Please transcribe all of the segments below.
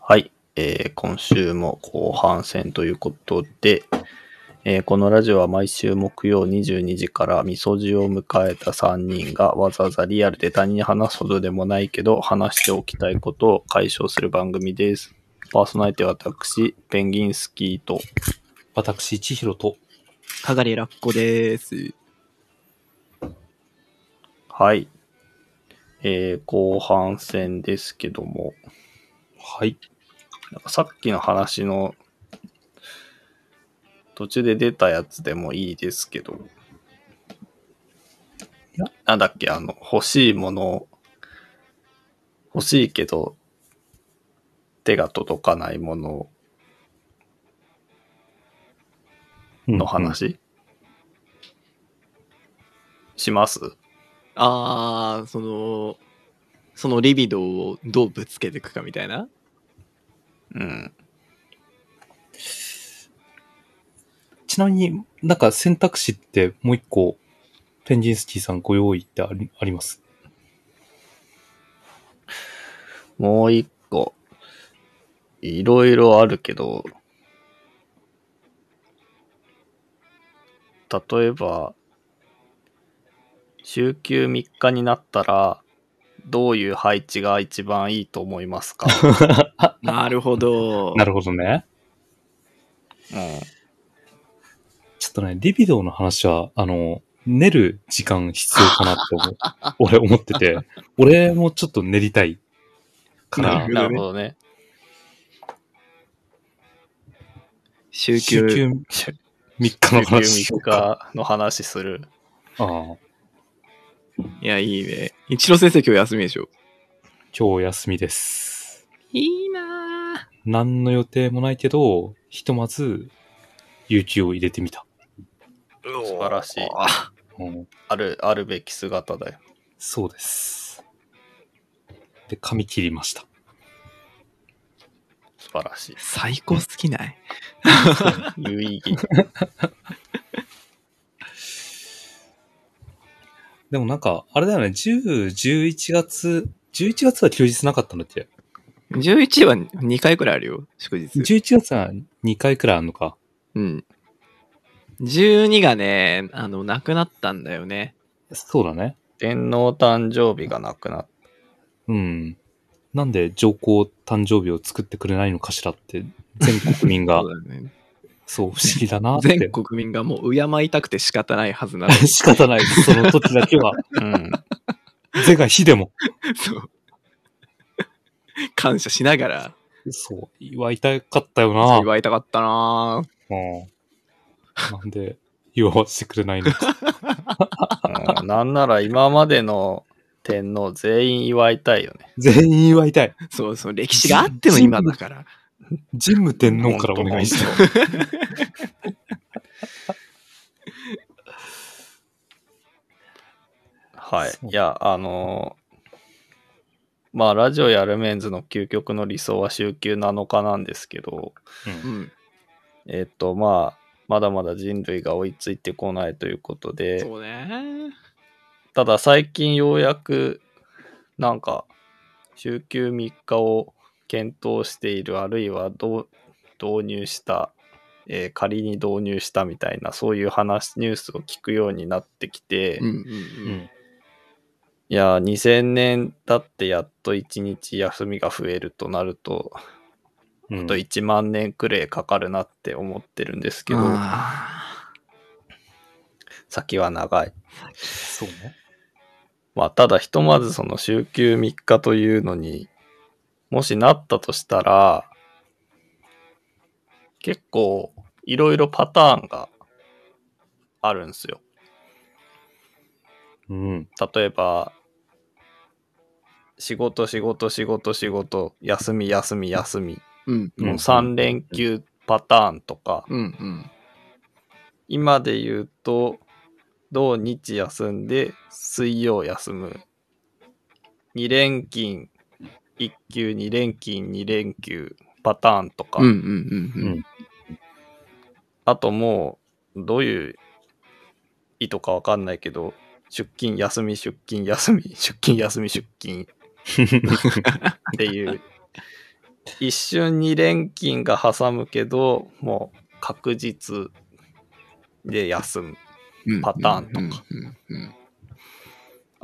はい、えー今週も後半戦ということで、えーこのラジオは毎週木曜22時からみそじを迎えた3人がわざわざリアルで他人に話すほどでもないけど話しておきたいことを解消する番組です。パーソナリティは私、ペンギンスキーと、私、千尋と。かがりらっこです。はい、えー後半戦ですけども、はい。なんかさっきの話の途中で出たやつでもいいですけど、なんだっけ、あの、欲しいもの、欲しいけど手が届かないものの話、しますあー、その、そのリビドーをどうぶつけていくかみたいな。うん。ちなみになんか選択肢ってもう一個、ペンジンスキーさんご用意ってありあります。もう一個。いろいろあるけど、例えば、週休3日になったら、どういう配置が一番いいと思います か、うん、なるほど。なるほどね。ちょっとね、リビドーの話は、あの、練る時間必要かなって思う。俺 思ってて。俺もちょっと練りたいかならる。なるほどね。 週休。週3週休日の話しよ3うか。日の話する。ああ、いや、いいね。一郎先生今日休みでしょ。今日休みです。いいな何の予定もないけど、ひとまず、有給を入れてみた。ー素晴らしいあうんある、あるべき姿だよ。そうです。で、髪切りました。素晴らしい。最高好きない。有意義。 でもなんか、あれだよね、10、11月、11月は休日なかったんだって。 11は2回くらいあるよ、祝日。 11月は2回くらいあるのか。うん。12がね、あの、なくなったんだよね。そうだね。天皇誕生日がなくなっうん。なんで上皇誕生日を作ってくれないのかしらって、全国民が そ、うだよね。そう、不思議だなって。全国民がもう敬いたくて仕方ないはずなのに 仕方ない。その時だけは、た。うん。是が非でも。そう。感謝しながら、そう、祝いたかったよな。祝いたかったなぁうん。なんで、祝わせてくれないのか。うんなんなら今までの天皇全員祝いたいよね。 全員祝いたい。そうそう、歴史があっての今だから。神武天皇からお願いして。本当はい。いや、あのーまあ、ラジオやルメンズの究極の理想は週休7日なんですけど、うん。えっ、と、まあ、まだまだ人類が追いついてこないということで、そうね。ただ最近ようやくなんか週休3日を検討しているあるいはどう導入した、えー仮に導入したみたいなそういう話ニュースを聞くようになってきて、うんういんやー2000年だってやっと1日休みが増えるとなると、うんあと1万年くらいかかるなって思ってるんですけうん。どあ先は長い。そうね。まあ、ただひとまずその週休3日というのに、もしなったとしたら、結構いろいろパターンがあるんですよ。 うん。例えば、仕事仕事仕事仕事、休み休み休み、ーうんうんもう3連休パターンとか、うんうん。今で言うと、土日休んで、水曜休む。2連勤、1休、2連勤、2連休パターンとか、うんうんうんうん。あともう、どういう意図かわかんないけど、出勤、休み、 出勤、休み、出勤、休み、出勤っていう一瞬に連勤が挟むけど、もう確実で休む。パターンとか。うんうん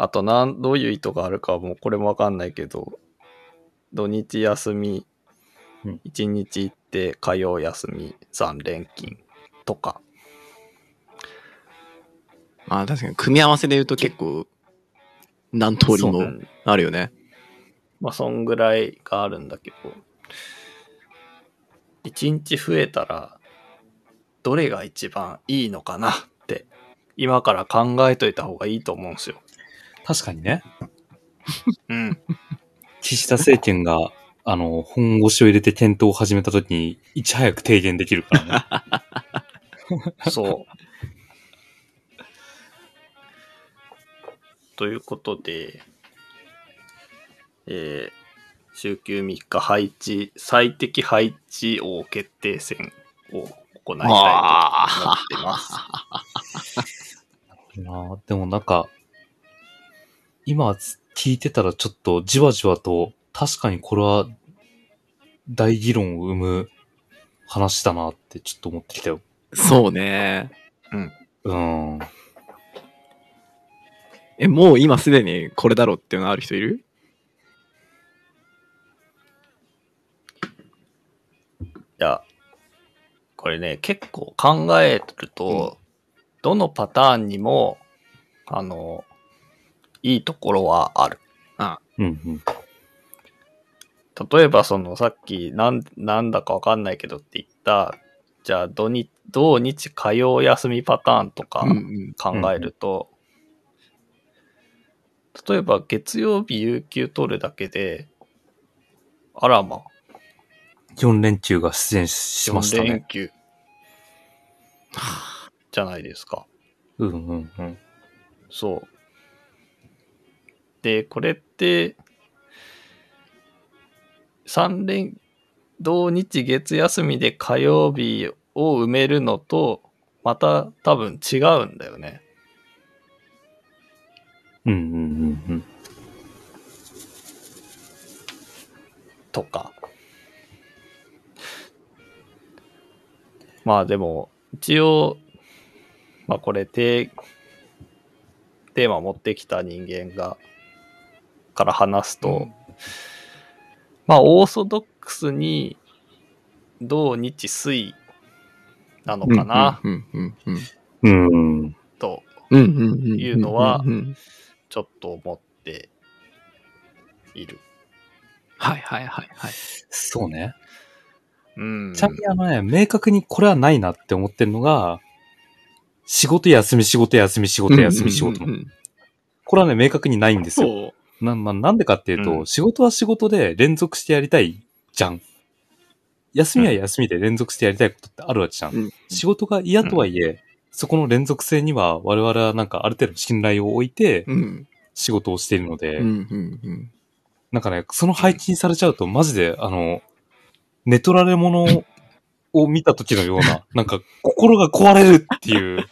あとなん、どういう意図があるかはもうこれもわかんないけど、土日休みうん、一日行って火曜休み、三連勤とか。まあ確かに組み合わせで言うと結構何通りそうもんあるよね。まあ、そんぐらいがあるんだけど、一日増えたら、どれが一番いいのかなって、今から考えといた方がいいと思うんですよ。確かにね。うん。岸田政権が、あの、本腰を入れて検討を始めた時に、いち早く提言できるから ね。 そう。ということで、えー週休3日配置、最適配置王決定戦を行いたいと思ってます。なあでもなんか、今聞いてたらちょっとじわじわと、確かにこれは大議論を生む話だなってちょっと思ってきたよ。そうね。うん。え、もう今すでにこれだろっていうのある人いるいや、これね、結構考えると、どのパターンにも、あの、いいところはある。うんうん。例えば、その、さっき、なん、なんだかわかんないけどって言った、じゃあ、土日、土日火曜休みパターンとかうん考えると、例えば、月曜日有給取るだけで、あらま、 4連休が出演しました4連ね。休。じゃないですか。うんうんうん。そう。で、これって、三連、土日月休みで火曜日を埋めるのと、また多分違うんだよね。うんうんうんうん。とか。まあでも、一応、まあこれ、テーテーマ持ってきた人間が、から話すと、うんまあ、オーソドックスに、土日水なのうん。かな、うんうんうんうん。うんうん。と、うんうんうん。いうのはうんうんちょっと思っている。はいはいはいはい。そうね。うん。ちなみにあのね、明確にこれはないなって思ってるのが、仕事休み仕事休み仕事休み仕事の。うんうんうんうんこれはね、明確にないんですよ。そう。な、まあ、なんでかっていうと、うん仕事は仕事で連続してやりたいじゃん。休みは休みで連続してやりたいことってあるわけじゃん。うん仕事が嫌とはいえ、そこの連続性には我々はなんかある程度信頼を置いてうん仕事をしているので、うんうんうん。なんかね、その配置にされちゃうとマジで、あの、寝取られ物を 見た時のような、なんか心が壊れるっていう。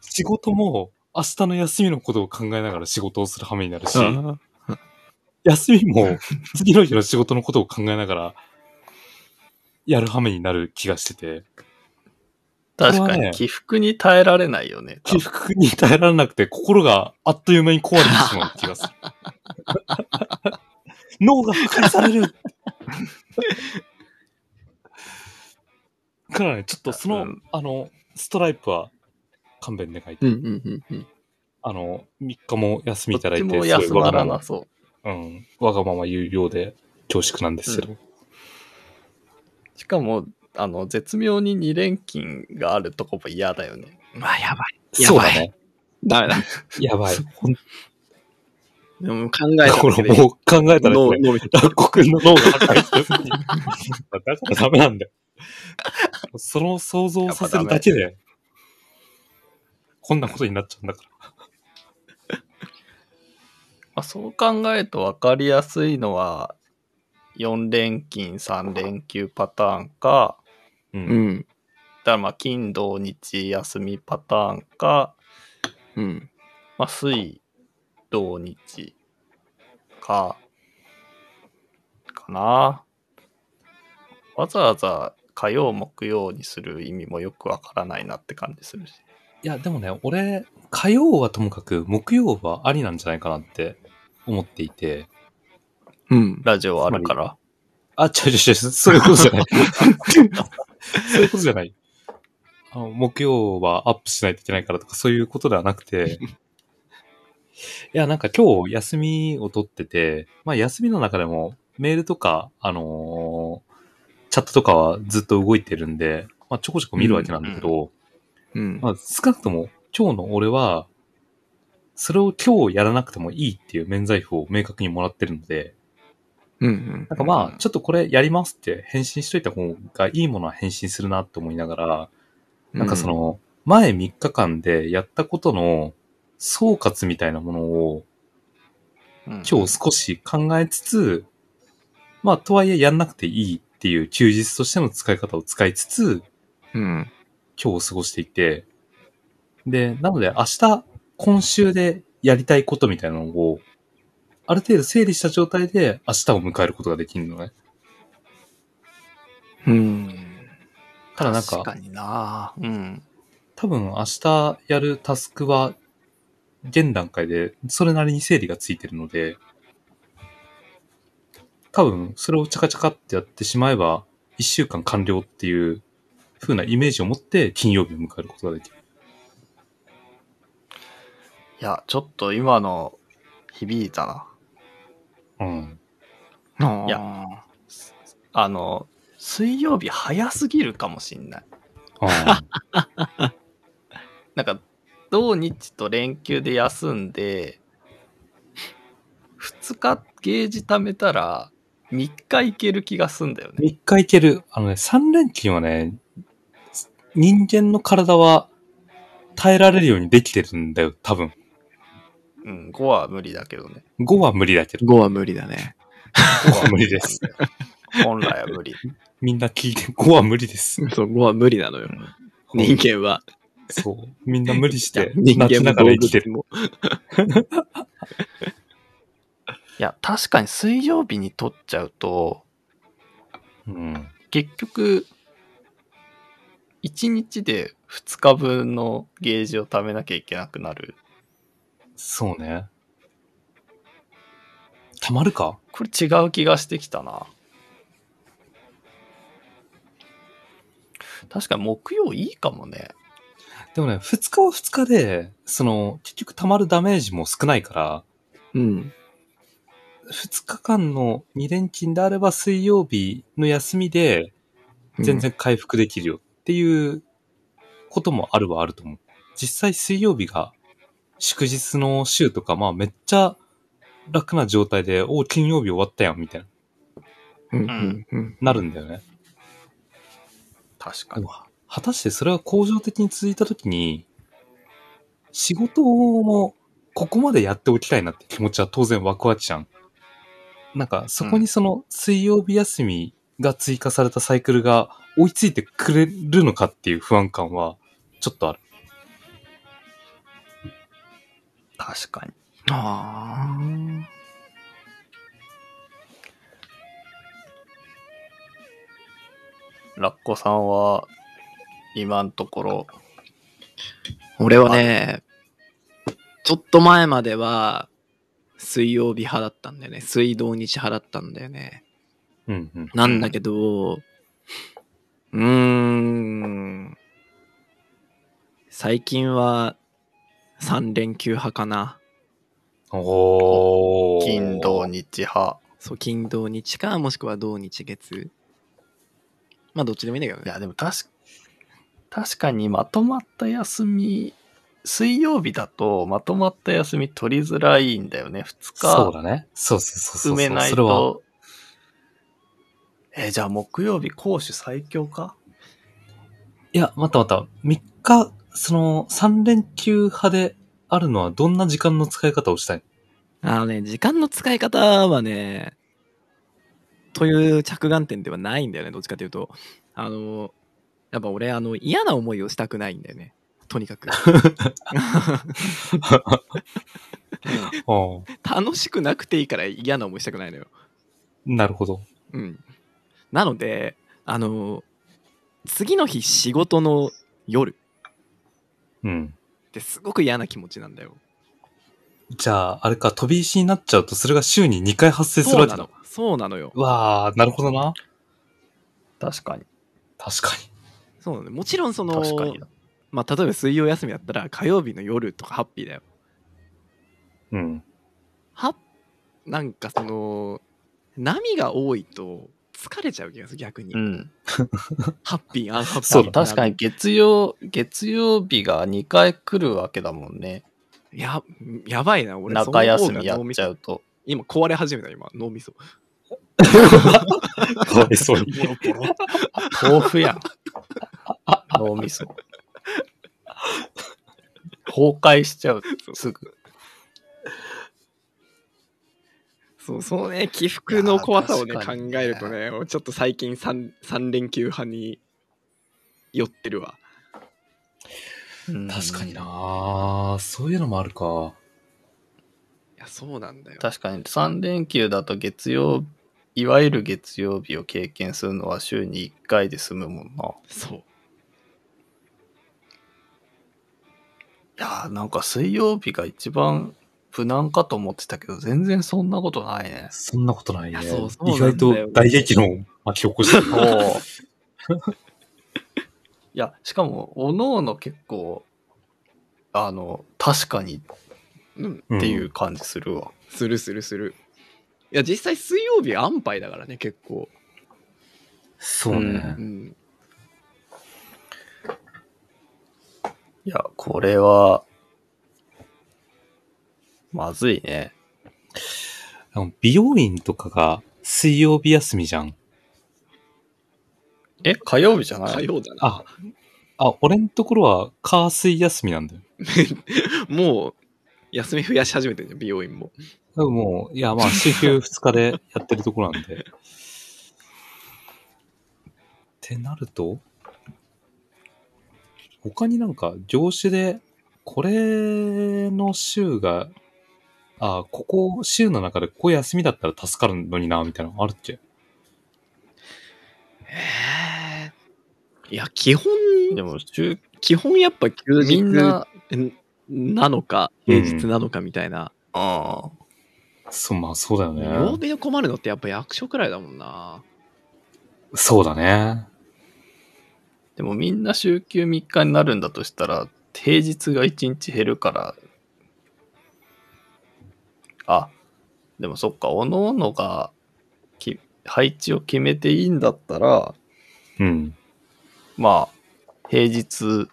仕事も明日の休みのことを考えながら仕事をする羽目になるし、あ休みも次の日の仕事のことを考えながらやる羽目になる気がしてて、確これかはにね起伏に耐えられないよね。多起分伏に耐えられなくて心があっという間に壊れてしまう気がする。脳が破壊される からね、ちょっとその、うんあの、ストライプは勘弁願い。うんうんうんうん。あの、3日も休みいただい、どってちもす休ごいまわがらまなま、そう。うん、わがまま言うようで恐縮なんですけど。しかも、あの、絶妙に2連勤があるとこも嫌だよね。まあやばい。やばいそうだね。ダメだ。やばい。でも考えたこだけれで もう考えたら脳これ、脳みそラッコくんの脳が破壊してる。だからダメなんだよ。その想像をさせるだけで、こんなことになっちゃうんだから。まあ、そう考えると分かりやすいのは、4連勤、3連休パターンか、う。うんん。だからまあ、金、土、日、休みパターンか、うん。まあ、水、土、日か、かな。わざわざ火曜、木曜にする意味もよくわからないなって感じするし。いや、でもね、俺、火曜はともかく、木曜はありなんじゃないかなって思っていて。うん。ラジオあるから。あ、ちょいちょいちょい、そういうことじゃ ない。そういうことじゃない。あの木曜はアップしないといけないからとか、そういうことではなく て。いや、なんか今日休みを取ってて、まあ休みの中でもメールとか、あのーチャットとかはずっと動いてるんで、まあちょこちょこ見るわけなんだけど、うん。まあ、少なくとも今日の俺は、それを今日やらなくてもいいっていう免罪符を明確にもらってるので、うんうん。なんかまあ、ちょっとこれやりますって返信しといた方がいいものは返信するなって思いながら、なんかその、前3日間でやったことの総括みたいなものをうん今日少し考えつつ、まあ、とはいえやんなくていいっていう休日としての使い方を使いつつ、うん。今日を過ごしていて、で、なので明日、今週でやりたいことみたいなのを、ある程度整理した状態で明日を迎えることができるのね。うん。ただなん確か、かにな。うん。多分明日やるタスクは、現段階でそれなりに整理がついてるので、多分それをチャカチャカってやってしまえば、一週間完了っていう風なイメージを持って金曜日を迎えることができる。いや、ちょっと今の響いたな。うん。いや。あの、水曜日早すぎるかもしんない。 あなんか、土日と連休で休んで、2日ゲージ貯めたら、3日いける気がすんだよね。 3日いける。あのね、3連勤はね、人間の体は耐えられるようにできてるんだよ、多分。うん、5は無理だけどね。 5は無理だけど、 5は無理だね。 5は 無理 です。本来は無理。みんな聞いて、5は無理です。そう、5は無理なのよ。人間は。そう。みんな無理しい やて、人泣間きもながら動生きて物る。も。いや、確かに水曜日に取っちゃうと、うん。結局、1日で2日分のゲージを貯めなきゃいけなくなる。そうね。たまるかこれ違う気がしてきたな。確かに木曜いいかもね。でもね、2日は2日で、その、結局たまるダメージも少ないから、うん。 2日間の2連勤であれば水曜日の休みで、全然回復できるよっていうこともあるはあると思う。実際水曜日が祝日の週とか、まあめっちゃ楽な状態で、おう金曜日終わったやんみたいな、うん。うん。うん。なるんだよね。確かに。果たしてそれが恒常的に続いた時に、仕事もここまでやっておきたいなって気持ちは当然ワクワクじゃん。なんかそこにその水曜日休みが追加されたサイクルが追いついてくれるのかっていう不安感はちょっとある。確かに。ああ。ラッコさんは、今のところ、俺はね、ちょっと前までは、水曜日派だったんだよね。水道日派だったんだよね。うんうん。なんだけど、うーん。最近は、3連休派かな。おー。金、土、日派。そう、金土日か、もしくは土日月。まあ、どっちでもいいんだけどいね。や、でも確か、確かにまとまった休み、水曜日だとまとまった休み取りづらいんだよね。そう2だね。そうそうそ日埋うそう。めないそれは、と。えーじゃあ木曜日攻守最強かいや、待った待った。3日、その、3連休派であるのはどんな時間の使い方をしたいあのね、時間の使い方はね、という着眼点ではないんだよね、どっちかというと。あの、やっぱ俺、あの、嫌な思いをしたくないんだよね。とにか く。ああ、楽しくなくていいから嫌な思いしたくないのよ。なるほど。うん。なので、あの、次の日仕事の夜うん。ってすごく嫌な気持ちなんだよ。じゃあ、あれか、飛び石になっちゃうと、それが週に2回発生するそうわなけだの。。そうなのよ。わあ、なるほどな。確かに。確かそうなのよもちろんその、確かにな。まあ、例えば水曜休みだったら火曜日の夜とかハッピーだよ。に。うん。はなんかその波が多いと疲れちゃう気がする逆に、うん。ハッピーアンハッピーそうだ確かにに月曜、月曜日が2回来るわけだもんね。ややばいな俺中休みやその方が脳っみちそゃうと。今壊れ始めた今脳み そかわいそうに。ボロボロ豆腐やん。 脳みそ。崩壊しちゃう、すぐ。そうそうね起伏の怖さをねいや考ーえるとね俺ちょっと最近 3, 三連休派に寄ってるわうん確かに。なそういうのもあるか。いやそうなんだよ確かに。3連休だと月曜、いわゆる月曜日を経験するのは週に1回で済むもんな。そういやーなんか水曜日が一番無難かと思ってたけど、全然そんなことないね。そんなことないね。いやそうそう意外なんだよと大激怒を巻き起こしてる。 おいや、しかも、おのおの結構、あの、確かにうんっていう感じするわ。するするするいや実際水曜日安牌だからね結構そうねう。んいや、これは、まずいね。あの美容院とかが水曜日休みじゃん。え、火曜日じゃな火い曜だなあ、あ、俺のところは火水休みなんだよ。もう休み増やし始めてるじゃん美容院も多分もう、いや、まあ、週休2日でやってるところなんで。ってなると、他になんか業種で、これの週が、あ、ここ、週の中でここ休みだったら助かるのにな、みたいなのあるっけへえいや基本でも、週基本やっぱ休日みんな、なのか平日なのかみたいな、ああ、そう、まあ、そうだよ曜ね。日で困るのってやっぱ役所くらいだもんなそうだね。でもみんな週休3日になるんだとしたら、平日が1日減るから、あ、でもそっか、おのおのがき配置を決めていいんだったら、うん。まあ、平日、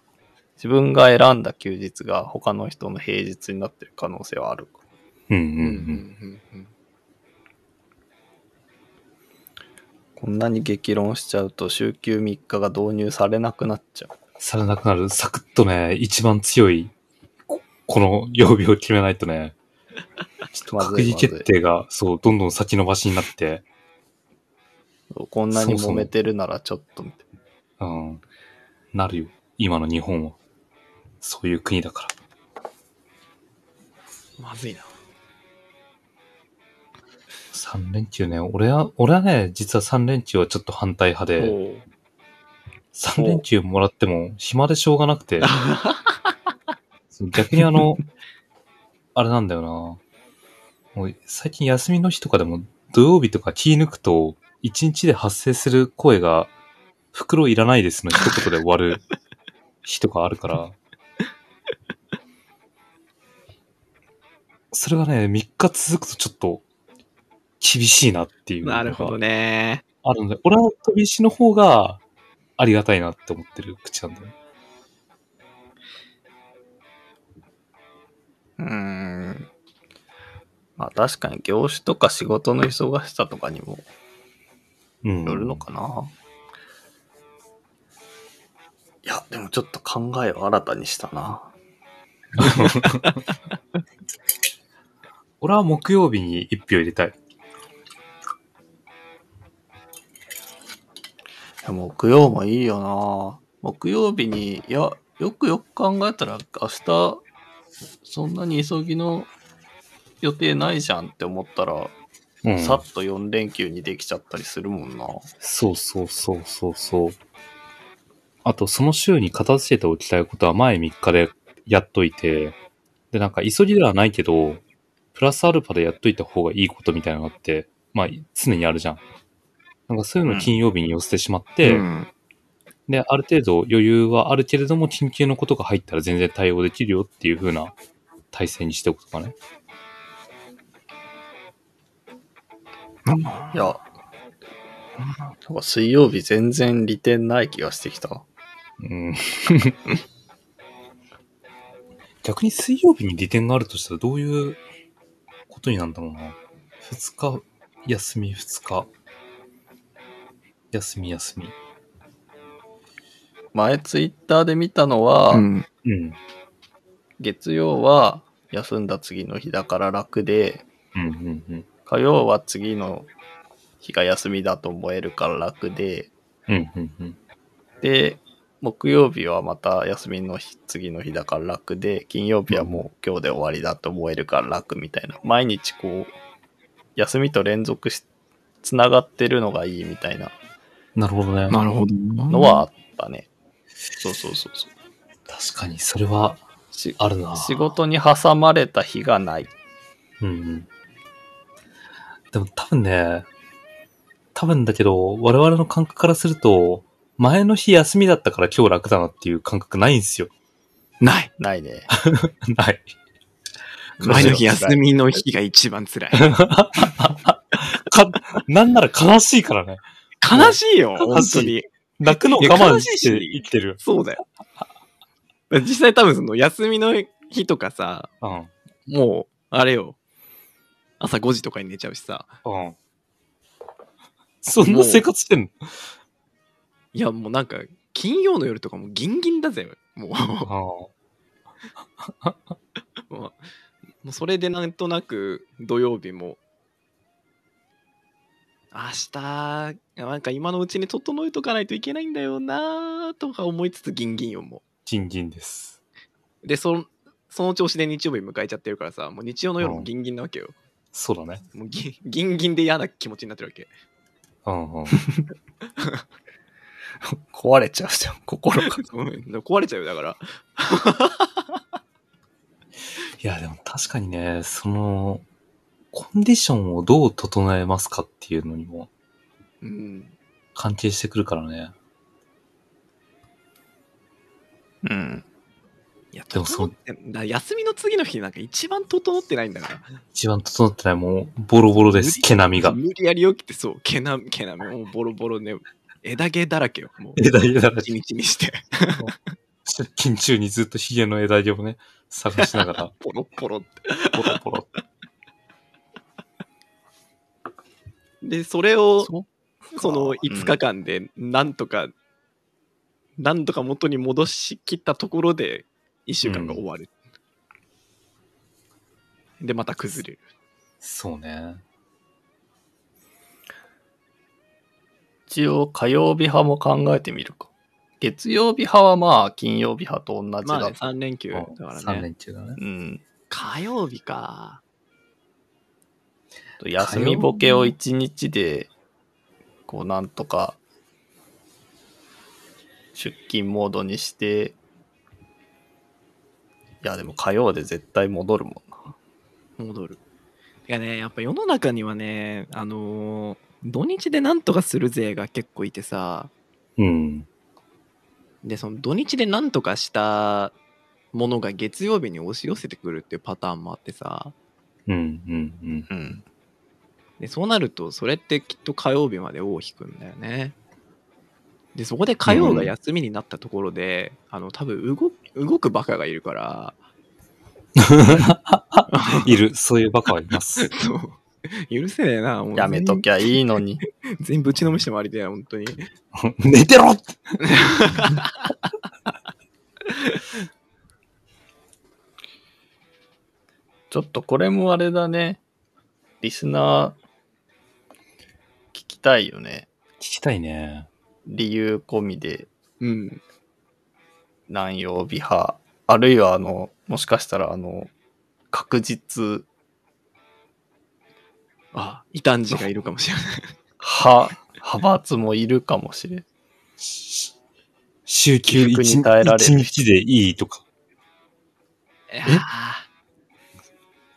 自分が選んだ休日が他の人の平日になってる可能性はあるか。うん、う、うんうんうんこんなに激論しちゃうと、週休3日が導入されなくなっちゃう。うん。されなくなる。サクッとね、一番強い、ここの曜日を決めないとね。ちょっ閣議決定が、そう、どんどん先延ばしになって、こんなに揉めてるならちょっとみたいなうん、なるよ。今の日本は。そういう国だかまずいなら。3連休ね、俺は、俺はね、実は3連休はちょっと反対派で、おう3連休もらっても暇でしょうがなくて、そう逆にあ の、あれなんだよな。もう最近休みの日とかでも土曜日とか気抜くと、1日で発生する声が、袋いらないですの一言で終わ る日とかあるから、それがね、3日続くとちょっと、厳しいなっていうのがなるほどねあるので、俺は飛び石の方がありがたいなって思ってる口なんだよね。うーん。まあ確かに業種とか仕事の忙しさとかにもうん。よるのかな。いや、でもちょっと考えを新たにしたな。俺は木曜日に一票入れたい。いや木曜もいいよな。木曜日に、いや、よくよく考えたら明日、そんなに急ぎの予定ないじゃんって思ったら、うんさっと4連休にできちゃったりするもんな。そうそうそうそうそう。あと、その週に片付けておきたいことは前3日でやっといて、で、なんか急ぎではないけど、プラスアルファでやっといた方がいいことみたいなのがあって、まあ、常にあるじゃん。なんかそういうの金曜日に寄せてしまって、うんで、ある程度余裕はあるけれども、緊急のことが入ったら全然対応できるよっていう風な体制にしておくとかね。いや、なんか水曜日全然利点ない気がしてきた。うん。 逆に水曜日に利点があるとしたらどういうことになるんだろうな。二日、休み二日。休み休み。前ツイッターで見たのは、うんうん。月曜は休んだ次の日だから楽で、うんうんうん。火曜は次の日が休みだと思えるから楽で、うんうんうん。で、木曜日はまた休みの日、次の日だから楽で、金曜日はもう今日で終わりだと思えるから楽みたいな。毎日こう、休みと連続し、つながってるのがいいみたいななるほどね。なるほどなのはあったね。そうそうそうそう。確かに、それはしあるな。仕事に挟まれた日がない。うんうん。でも多分ね、多分だけど、我々の感覚からすると、前の日休みだったから今日楽だなっていう感覚ないんですよ。 ないないね。ない。前の日休みの日が一番辛いか、なんなら悲しいからね。悲しいよ本悲しい当に泣くのを我慢していや悲しいし生きてる。そうだよ実際多分その休みの日とかさうん。もうあれよ朝5時とかに寝ちゃうしさうん。そんな生活してんのいやもうなんか金曜の夜とかもうギンギンだぜもうもうもうそれでなんとなく土曜日も明日なんか今のうちに整えとかないといけないんだよなーとか思いつつギンギンよもジンジンです。うでそその調子で日曜日迎えちゃってるからさもう日曜の夜もギンギンなわけよ、そうだね。もうギンギ ンギンで嫌な気持ちになってるわけうんう ん。 壊れちゃうじゃん、 心が。うん壊れちゃうよだからいや、でも確かにね、その、コンディションをどう整えますかっていうのにもうん関係してくるからね。うん。いや、でもそ整うって、だ休みの次の日なんか一番整ってないんだか一番整ってない、もう、ボロボロです。毛並みら。が。無理やり起きて、そう、毛な、毛なめ、もうボロボロね、枝毛だらけよ、もう。枝毛だらけ一日にして、出勤中にずっとヒゲの枝毛をね、探しながら、ポロポロって。ボロボロ。で、それを、そその5日間で、なんとか、なんとか元に戻しきったところで、1週間が終わる。で、また崩れる。そうね。一応火曜日派も考えてみるか。月曜日派はまあ金曜日派と同じだ。まあ、ね、3連休だから3ね。連休だね。うん。火曜日か。休みボケを一日で、こうなんとか、出勤モードにして、いやでも火曜で絶対戻るもんな。戻る。いやね、やっぱ世の中にはね、あのー土日でなんとかする勢が結構いてさ、うん。で、その土日でなんとかしたものが月曜日に押し寄せてくるっていうパターンもあってさ、うん、うん、うん。うん。でそうなると、それってきっと火曜日まで尾を引くんだよね。で、そこで火曜が休みになったところで、あの、多分動動くバカがいるから、 いる、そういうバカはいます。そう許せねえな、もうやめときゃいいのに。全部全部打ちのめしてもらいたいな、本当に。 寝てろってちょっとこれもあれだね。リスナー、聞きたいよね。聞きたいね。理由込みで、うん。何曜日派。あるいは、あの、もしかしたら、あの、確実あ、異端児がいるかもし れない。は、派閥もいるかもしれん。週休起伏一に耐えられる一日でいいとか。え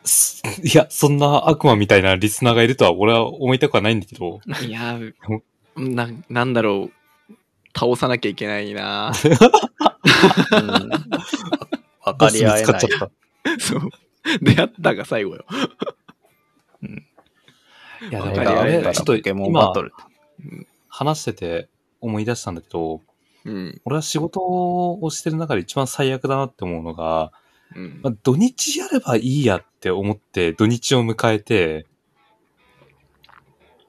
すいや、そんな悪魔みたいなリスナーがいるとは俺は思いたくはないんだけど、いや、 な、なんだろう。倒さなきゃいけないなうん。わかり合えないボス見つかっ。ちゃっそう。出会ったが最後よ。た。いや、わだかかりらあ合えたれ、ちょらっとポケモンバ今トル。話してて思い出したんだけど、うん。俺は仕事をしてる中で一番最悪だなって思うのが、うんまあ、土日やればいいやって思って土日を迎えて、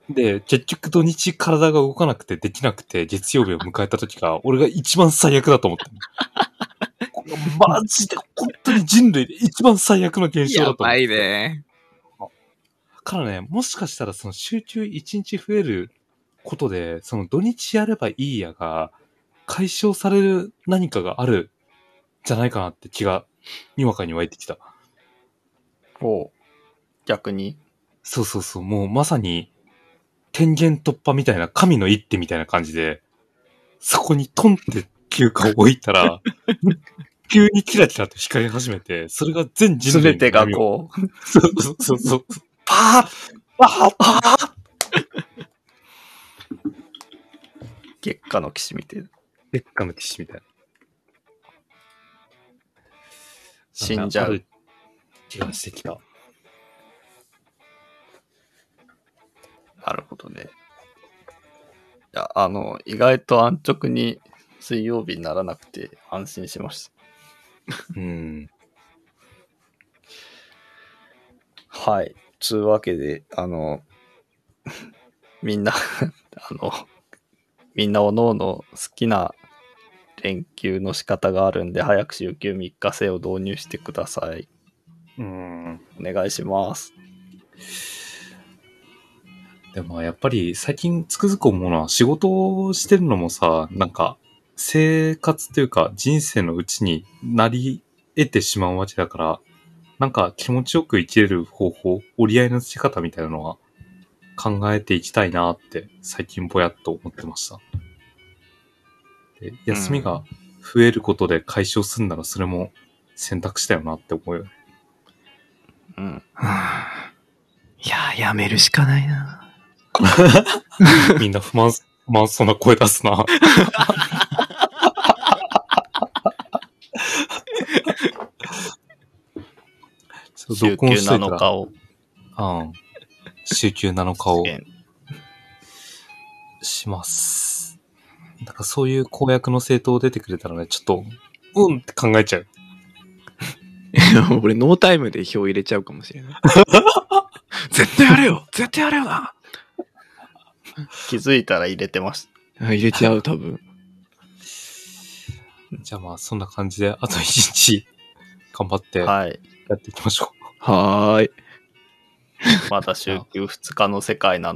で、結局土日体が動かなくてできなくて月曜日を迎えた時が俺が一番最悪だと思ってるこれマジで本当に人類で一番最悪の現象だやと思うば。いね。からね、もしかしたらその集中1日増えることで、その土日やればいいやが解消される何かがあるんじゃないかなって気がにわかに湧いてきた。おう逆にそうそうそう、もうまさに、天元突破みたいな、神の一手みたいな感じで、そこにトンって休暇を置い たら、急にキラキラと光り始めて、それが全人す類べてがこう、う。そうそうそうそう。パーパーパー結果の騎士みたいな。でっかの騎士みたいな。死んじゃなうか。ある気がしてきた。なるほどね。いや、あの、意外と安直に水曜日にならなくて安心しましうん。た。はい。つうわけで、あの、みんな、 あの、みんなおのおの好きな連休の仕方があるんで、早く週休3日制を導入してください。うん。お願いします。でもやっぱり最近つくづく思うのは仕事をしてるのもさ、なんか生活というか人生のうちになり得てしまうわけだから、なんか気持ちよく生きれる方法、折り合いのつけ方みたいなのは考えていきたいなって最近ぼやっと思ってました。で休みが増えることで解消するならそれも選択肢だよなって思うよね。うん。いや、やめるしかないな。 みんな不満、不満そうな声出 すな。週休7日を。をうん。週休7日実を現。します。だからそういう公約の政党出てくれたらね、ちょっと、うんって考えちゃう。 俺、ノータイムで票入れちゃうかもしれない。 絶対やれよ絶対やれよな気づいたら入れてました。あ入れちゃう、多分。じゃあまあそんな感じで、あと1日、頑張ってやはい。っていきましょう。はーい。まだ週休2日の世界な